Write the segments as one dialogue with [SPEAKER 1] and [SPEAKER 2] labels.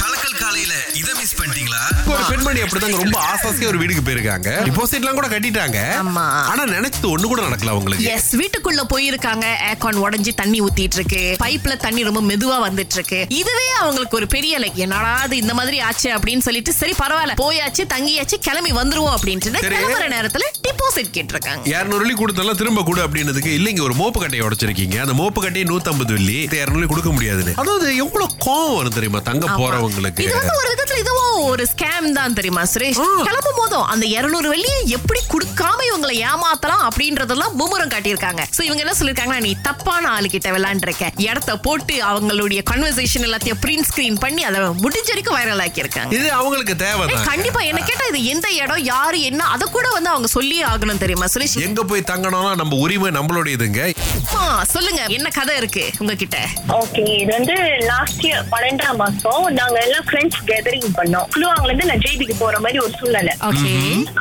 [SPEAKER 1] கலக்கல் காலையில இத மிஸ் பண்ணிட்டீங்களா
[SPEAKER 2] ஒரு பெண்மணி அப்படிதாங்க ரொம்ப ஆசாசியா ஒரு வீட்டுக்கு போயிருக்காங்க டிபாசிட் எல்லாம் கூட கட்டிட்டாங்க
[SPEAKER 3] ஆமா.
[SPEAKER 2] ஆனா நினைச்சது ஒண்ணு கூட நடக்கல அவங்களுக்கு
[SPEAKER 3] எஸ் வீட்டுக்குள்ள போயிருக்காங்க ஏர்கான் உடைஞ்சு தண்ணி ஊத்திட்டு இருக்கு பைப்ல தண்ணி ரொம்ப மெதுவா வந்துட்டு இருக்கு இதுவே அவங்களுக்கு ஒரு பெரிய லைக் என்னடா இது இந்த மாதிரி ஆச்சு அப்படின்னு சொல்லிட்டு சரி பரவாயில்ல போயாச்சு தங்கியாச்சு கிளம்பி வந்துருவோம் அப்படின்ட்டு
[SPEAKER 2] சரி.
[SPEAKER 3] கிளம்புற நேரத்துல டிபாசிட் கேட்டிருக்காங்க
[SPEAKER 2] இரநூறு வெள்ளி கொடுத்தாலும் திரும்ப கொடு அப்படின்னதுக்கு இல்லைங்க ஒரு மோப்பு கட்டையை உடைச்சிருக்கீங்க அந்த மோப்பு கட்டையை நூத்தம்பது வெள்ளி இரநூறு கொடுக்க முடியாதுன்னு அதாவது எவ்வளவு கோவம் வரும் தெரியுமா தங்க
[SPEAKER 3] ஆமா.
[SPEAKER 2] போறவங்களுக்கு
[SPEAKER 3] இது வந்து ஒரு விதத்துல இதுவும் ஒரு ஸ்கேம் தான் தெரியுமா சுரேஷ் கிளம்பும் போதும் அந்த 200 வெள்ளியை எப்படி கொடுக்காம இவங்களை ஏமாத்தலாம் அப்படின்றதெல்லாம் பூமரம் காட்டியிருக்காங்க சோ இவங்க என்ன சொல்லிருக்காங்கன்னா நீ தப்பான ஆளு கிட்ட விளையாண்டுருக்க இடத்த போட்டு அவங்களுடைய கன்வர்சேஷன் எல்லாத்தையும் பிரிண்ட் ஸ்கிரீன் பண்ணி அதை முடிஞ்ச வரைக்கும் வைரல் ஆக்கியிருக்காங்க
[SPEAKER 2] இது அவங்களுக்கு
[SPEAKER 3] ஏய்,
[SPEAKER 2] தேவைதான்
[SPEAKER 3] கண்டிப்பா என்ன கேட்டா இது எந்த இடம் யாரு என்ன அத கூட வந்து அவங்க சொல்லியே ஆகணும் தெரியுமா சுரேஷ்
[SPEAKER 2] எங்க போய் தங்கணும்னா நம்ம உரிமை நம்மளுடையதுங்க
[SPEAKER 3] அம்மா, சொல்லுங்க என்ன கதை இருக்கு உங்ககிட்ட
[SPEAKER 4] ஓகே இது வந்து லாஸ்ட் இயர் பன்னெண்டாம் மாசம் நாங்க எல்லாம் ஃப்ரெண்ட்ஸ் கேதரிங் பண்ணோம் குழுவாங்கல இருந்து நான் ஜேபிக்கு போற மாதிரி ஒரு சூழ்நிலை
[SPEAKER 3] ஓகே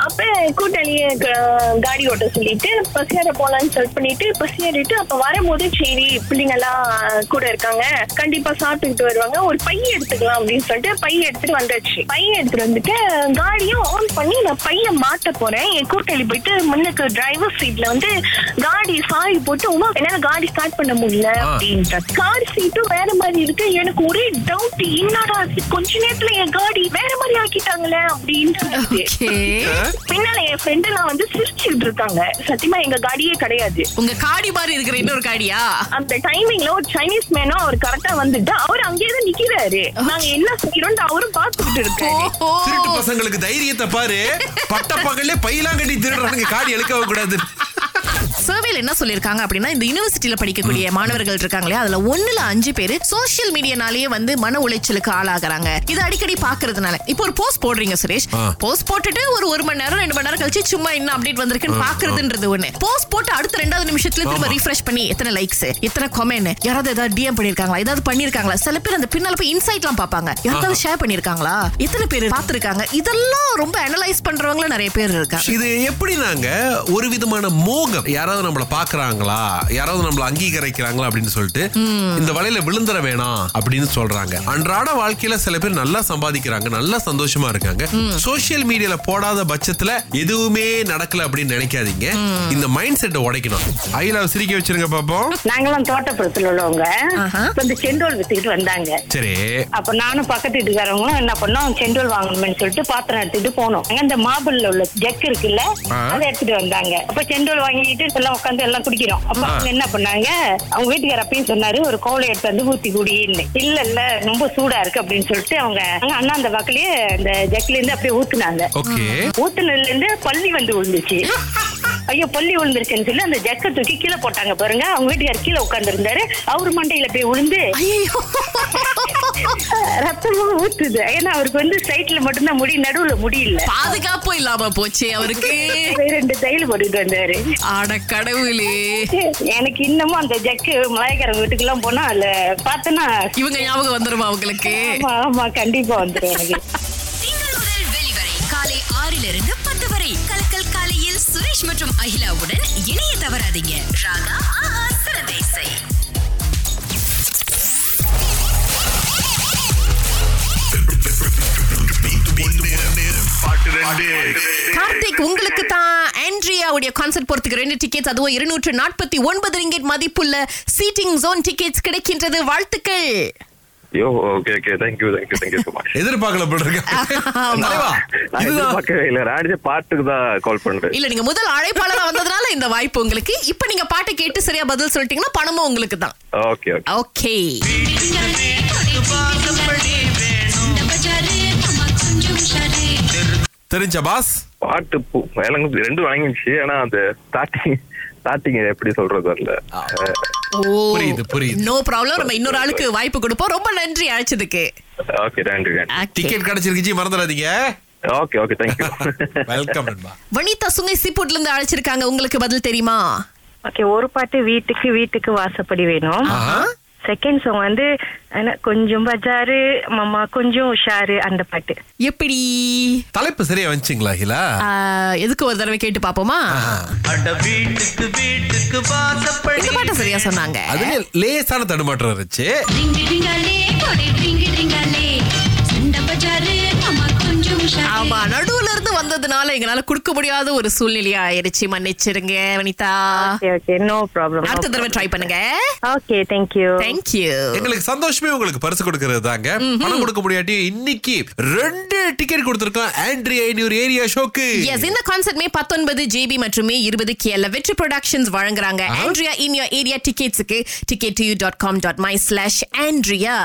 [SPEAKER 4] அப்ப கூட்டாளியே க- காடி ஓட்ட சொல்லிட்டு பஸ் ஏற போலான்னு செல் பண்ணிட்டு பஸ் ஏறிட்டு அப்ப வரும்போது சரி பிள்ளைங்க எல்லாம் கூட இருக்காங்க கண்டிப்பா சாப்பிட்டுக்கிட்டு வருவாங்க ஒரு பைய எடுத்துக்கலாம் அப்படின்னு சொல்லிட்டு பைய எடுத்துட்டு வந்தாச்சு பைய எடுத்துட்டு வந்துட்டு காடியும் ஆன் பண்ணி நான் பைய மாட்ட போறேன் என் கூட்டாளி போயிட்டு முன்னுக்கு டிரைவர் சீட்ல வந்து காடி சாய் போட்டு உமா என்னால காடி ஸ்டார்ட் பண்ண முடியல
[SPEAKER 2] ஆ.
[SPEAKER 4] அப்படின்ற கார் சீட்டும் வேற மாதிரி இருக்கு எனக்கு ஒரே டவுட் என்னடா இது? கொஞ்ச நேரத்துல என் காடி வேற மாதிரி ஆக்கிட்டாங்களே அப்படின்னு
[SPEAKER 3] ஓகே
[SPEAKER 4] பின்னால என் ஃப்ரெண்ட் எல்லாம் வந்து சிரிச்சுட்டு இருக்காங்க சத்தியமா எங்க காடியே கிடையாது
[SPEAKER 3] உங்க காடி மாதிரி இருக்கிற இன்னொரு காடியா
[SPEAKER 4] அந்த டைமிங்ல ஒரு சைனீஸ் மேனும் அவர் கரெக்டா வந்துட்டு அவர் அங்கேயே தான் நிக்கிறாரு நாங்க என்ன செய்யறோம்னு அவரும் பாத்துக்கிட்டு இருக்காரு
[SPEAKER 3] ஓஹோ.
[SPEAKER 2] திருட்டு பசங்களுக்கு தைரியத்தை பாரு பட்ட பகல்ல பையெல்லாம் கட்டி திருடுறாங்க காடி எடுக்க கூடாது
[SPEAKER 3] சர்வேல என்ன சொல்லிருக்காங்க அப்படின்னா இந்த யுனிவர்சிட்டியில படிக்கக்கூடிய மாணவர்கள் இருக்காங்களே அதுல ஒண்ணுல அஞ்சு பேர் சோஷியல் மீடியானாலேயே வந்து மன உளைச்சலுக்கு ஆளாகிறாங்க இது அடிக்கடி பாக்குறதுனால இப்போ ஒரு போஸ்ட் போடுறீங்க சுரேஷ்
[SPEAKER 2] ஆ.
[SPEAKER 3] போஸ்ட் போட்டுட்டு ஒரு ஒரு மணி நேரம் ரெண்டு மணி நேரம் கழிச்சு சும்மா என்ன அப்டேட் வந்திருக்குன்னு பாக்குறதுன்றது ஒண்ணு போஸ்ட் போட்டு அடுத்த ரெண்டாவது நிமிஷத்துல திரும்ப
[SPEAKER 2] ஆமா.
[SPEAKER 3] ரீஃப்ரெஷ் பண்ணி எத்தனை லைக்ஸ் எத்தனை கொமெண்ட் யாராவது ஏதாவது டிஎம் பண்ணிருக்காங்களா ஏதாவது பண்ணிருக்காங்களா சில பேர் அந்த பின்னால போய் இன்சைட்லாம் பார்ப்பாங்க யாராவது ஷேர் பண்ணிருக்காங்களா எத்தனை பேர் பார்த்திருக்காங்க இதெல்லாம் ரொம்ப அனலைஸ் பண்றவங்களும் நிறைய பேர் இருக்காங்க
[SPEAKER 2] இது எப்படி நாங்க ஒரு விதமான மோகம் யாராவது நம்மள பாக்குறாங்களா யாராவது நம்மள அங்கீகரிக்கிறாங்களா அப்படின்னு சொல்லிட்டு இந்த வலையில விழுந்துற வேணாம் அப்படின்னு சொல்றாங்க அன்றாட வாழ்க்கையில சில பேர் நல்லா சம்பாதிக்கிறாங்க நல்லா சந்தோஷமா இருக்காங்க சோஷியல் மீடியால போடாத பட்சத்துல எதுவுமே நடக்கல அப்படின்னு நினைக்காதீங்க இந்த மைண்ட் செட்டை உடைக்கணும் ஐலா சிரிக்க வச்சிருங்க பாப்போம்
[SPEAKER 5] நாங்கெல்லாம் தோட்டப்புறத்துல உள்ளவங்க
[SPEAKER 3] ஆஹா.
[SPEAKER 5] வந்து செண்டோல் வித்துக்கிட்டு வந்தாங்க
[SPEAKER 2] சரி
[SPEAKER 5] அப்ப நானும் பக்கத்து வீட்டுக்காரவங்களும் என்ன பண்ணோம் செண்டோல் வாங்கணும்னு சொல்லிட்டு பாத்திரம் எடுத்துட்டு போனோம் அங்க இந்த மாபிள்ல உள்ள ஜக் இருக்குல்ல
[SPEAKER 2] ஆ.
[SPEAKER 5] அதை எடுத்துட்டு வந்தாங்க அப்ப செண்டோல் வாங்கிட்டு எல்லாம் உட்காந்து எல்லாம் குடிக்கிறோம் அப்ப
[SPEAKER 2] ஆ.
[SPEAKER 5] அவங்க என்ன பண்ணாங்க அவங்க வீட்டுக்கார அப்பயும் சொன்னாரு ஒரு கோலை எடுத்து வந்து ஊத்தி குடின்னு இல்ல இல்ல ரொம்ப சூடா இருக்கு அப்படின்னு சொல்லிட்டு அவங்க அங்க அண்ணா அந்த பக்கலயே இந்த ஜக்ல இருந்து அப்படியே ஊத்துனாங்க
[SPEAKER 2] ஓகே
[SPEAKER 5] ஊத்துனதுல இருந்து பள்ளி வந்து விழுந்துச்சு ஐயோ பள்ளி விழுந்துருச்சுன்னு சொல்லி அந்த ஜக்க தூக்கி கீழே போட்டாங்க பாருங்க அவங்க வீட்டுக்காரர் கீழே உட்கார்ந்து இருந்தாரு அவர் மண்டையில போய் விழுந்து
[SPEAKER 3] ஐயோ
[SPEAKER 5] ரத்தமா ஊத்துது ஏன்னா அவருக்கு வந்து சைட்ல மட்டும்தான் முடி நடுவுல முடியல
[SPEAKER 3] பாதுகாப்பு இல்லாம போச்சே அவருக்கு
[SPEAKER 5] ரெண்டு தையல் போட்டுட்டு வந்தாரு
[SPEAKER 3] அட கடவுளே
[SPEAKER 5] எனக்கு இன்னமும் அந்த ஜக்கு மலாய்க்காரங்க வீட்டுக்கு எல்லாம் போனா அதுல பார்த்தனா
[SPEAKER 3] இவங்க ஞாபகம் வந்துருமா அவங்களுக்கு
[SPEAKER 5] ஆமா ஆமா கண்டிப்பா வந்துடும் எனக்கு
[SPEAKER 6] திங்கள் முதல் வெளிவரை காலை ஆறிலிருந்து பத்து வரை கலக்கல் காலையில் சுரேஷ் மற்றும் அகிலாவுடன் இணைய தவறாதீங்க ராகா ஆஹா சிறந்த இசை
[SPEAKER 3] கார்த்திக் உங்களுக்கு தான் ஆண்ட்ரியாவுடைய கான்சர்ட் போறதுக்கு ரெண்டு டிக்கெட் அதுவும் இருநூற்று நாற்பத்தி ஒன்பது ரிங்கெட் மதிப்புள்ள சீட்டிங் ஜோன் டிக்கெட்ஸ் கிடைக்கின்றது வாழ்த்துக்கள்
[SPEAKER 7] யோ okay okay thank you thank you thank you so much
[SPEAKER 2] எதிர்பார்க்கல போல இருக்க தலைவா,
[SPEAKER 7] நான்
[SPEAKER 2] இதுதான்
[SPEAKER 7] எதிர்பார்க்கவே இல்லை நான் அடிச்ச பாட்டுக்கு தான் கால் பண்றேன்
[SPEAKER 3] இல்ல நீங்க முதல் அழைப்பாளரா வந்ததுனால இந்த வாய்ப்பு உங்களுக்கு இப்ப நீங்க பாட்டு கேட்டு சரியா பதில் சொல்லிட்டீங்கன்னா பணமும் உங்களுக்கு தான்
[SPEAKER 7] ஓகே ஓகே
[SPEAKER 3] ஓகே
[SPEAKER 2] தெரிஞ்ச பாஸ்
[SPEAKER 7] பாட்டு பூ எனக்கு ரெண்டு வழங்கிடுச்சு ஆனா அந்த ஸ்டார்டிங் ஸ்டார்டிங் எப்படி சொல்றது வரல
[SPEAKER 2] புரியுது, புரியுது.
[SPEAKER 3] நோ ப்ராப்ளம் நம்ம இன்னொரு ஆளுக்கு வாய்ப்பு கொடுப்போம் ரொம்ப நன்றி அழைச்சதுக்கு
[SPEAKER 7] okay thank you thank you
[SPEAKER 3] Okay.
[SPEAKER 2] Ticket கிடைச்சிருக்குச்சு மறந்துடாதீங்க
[SPEAKER 7] ஓகே ஓகே தேங்க்யூ
[SPEAKER 2] வெல்கம் நண்பா
[SPEAKER 3] வனிதா சுங்கை சீபூட்ல இருந்து அழைச்சிருக்காங்க உங்களுக்கு பதில் தெரியுமா
[SPEAKER 8] ஓகே ஒரு பாட்டு வீட்டுக்கு வீட்டுக்கு வாசப்படி வேணும்
[SPEAKER 2] ஆஹா.
[SPEAKER 8] செகண்ட் சாங் வந்து ஆனா, கொஞ்சம் பஜாரு மாமா கொஞ்சம் உஷாரு அந்த பாட்டு
[SPEAKER 3] எப்படி
[SPEAKER 2] தலைப்பு சரியா வந்துச்சுங்களா ஹிலா
[SPEAKER 3] ஆஹ், எதுக்கு ஒரு தடவை கேட்டு பாப்போமா
[SPEAKER 9] அட வீட்டுக்கு வீட்டுக்கு வாசப்படி
[SPEAKER 3] இந்த பாட்டை சரியா சொன்னாங்க
[SPEAKER 2] அதுல லேசான தடுமாற்றம் இருந்துச்சு
[SPEAKER 6] டிங்கு டிங்காலே கொடி
[SPEAKER 3] அதனால எங்களால கொடுக்க முடியாத ஒரு சூழ்நிலையா ஆயிருச்சு மன்னிச்சிருங்க Vanitha
[SPEAKER 8] okay okay no problem
[SPEAKER 3] அடுத்த தடவை ட்ரை பண்ணுங்க
[SPEAKER 8] ஓகே தேங்க்யூ
[SPEAKER 3] தேங்க்யூ
[SPEAKER 2] எங்களுக்கு சந்தோஷமே உங்களுக்கு பரிசு கொடுக்கறது தாங்க பணம் கொடுக்க முடியாட்டி இன்னைக்கு ரெண்டு டிக்கெட் கொடுத்துருக்கோம் ஆண்ட்ரி ஐநூறு ஏரியா ஷோக்கு
[SPEAKER 3] எஸ் இந்த கான்செர்ட் மே பத்தொன்பது ஜிபி மற்றும் மே இருபது கேல வெற்றி ப்ரொடக்ஷன்ஸ் வழங்குறாங்க ஆண்ட்ரியா இன் யோர் ஏரியா டிக்கெட்ஸுக்கு ticket you dot com dot my slash Andrea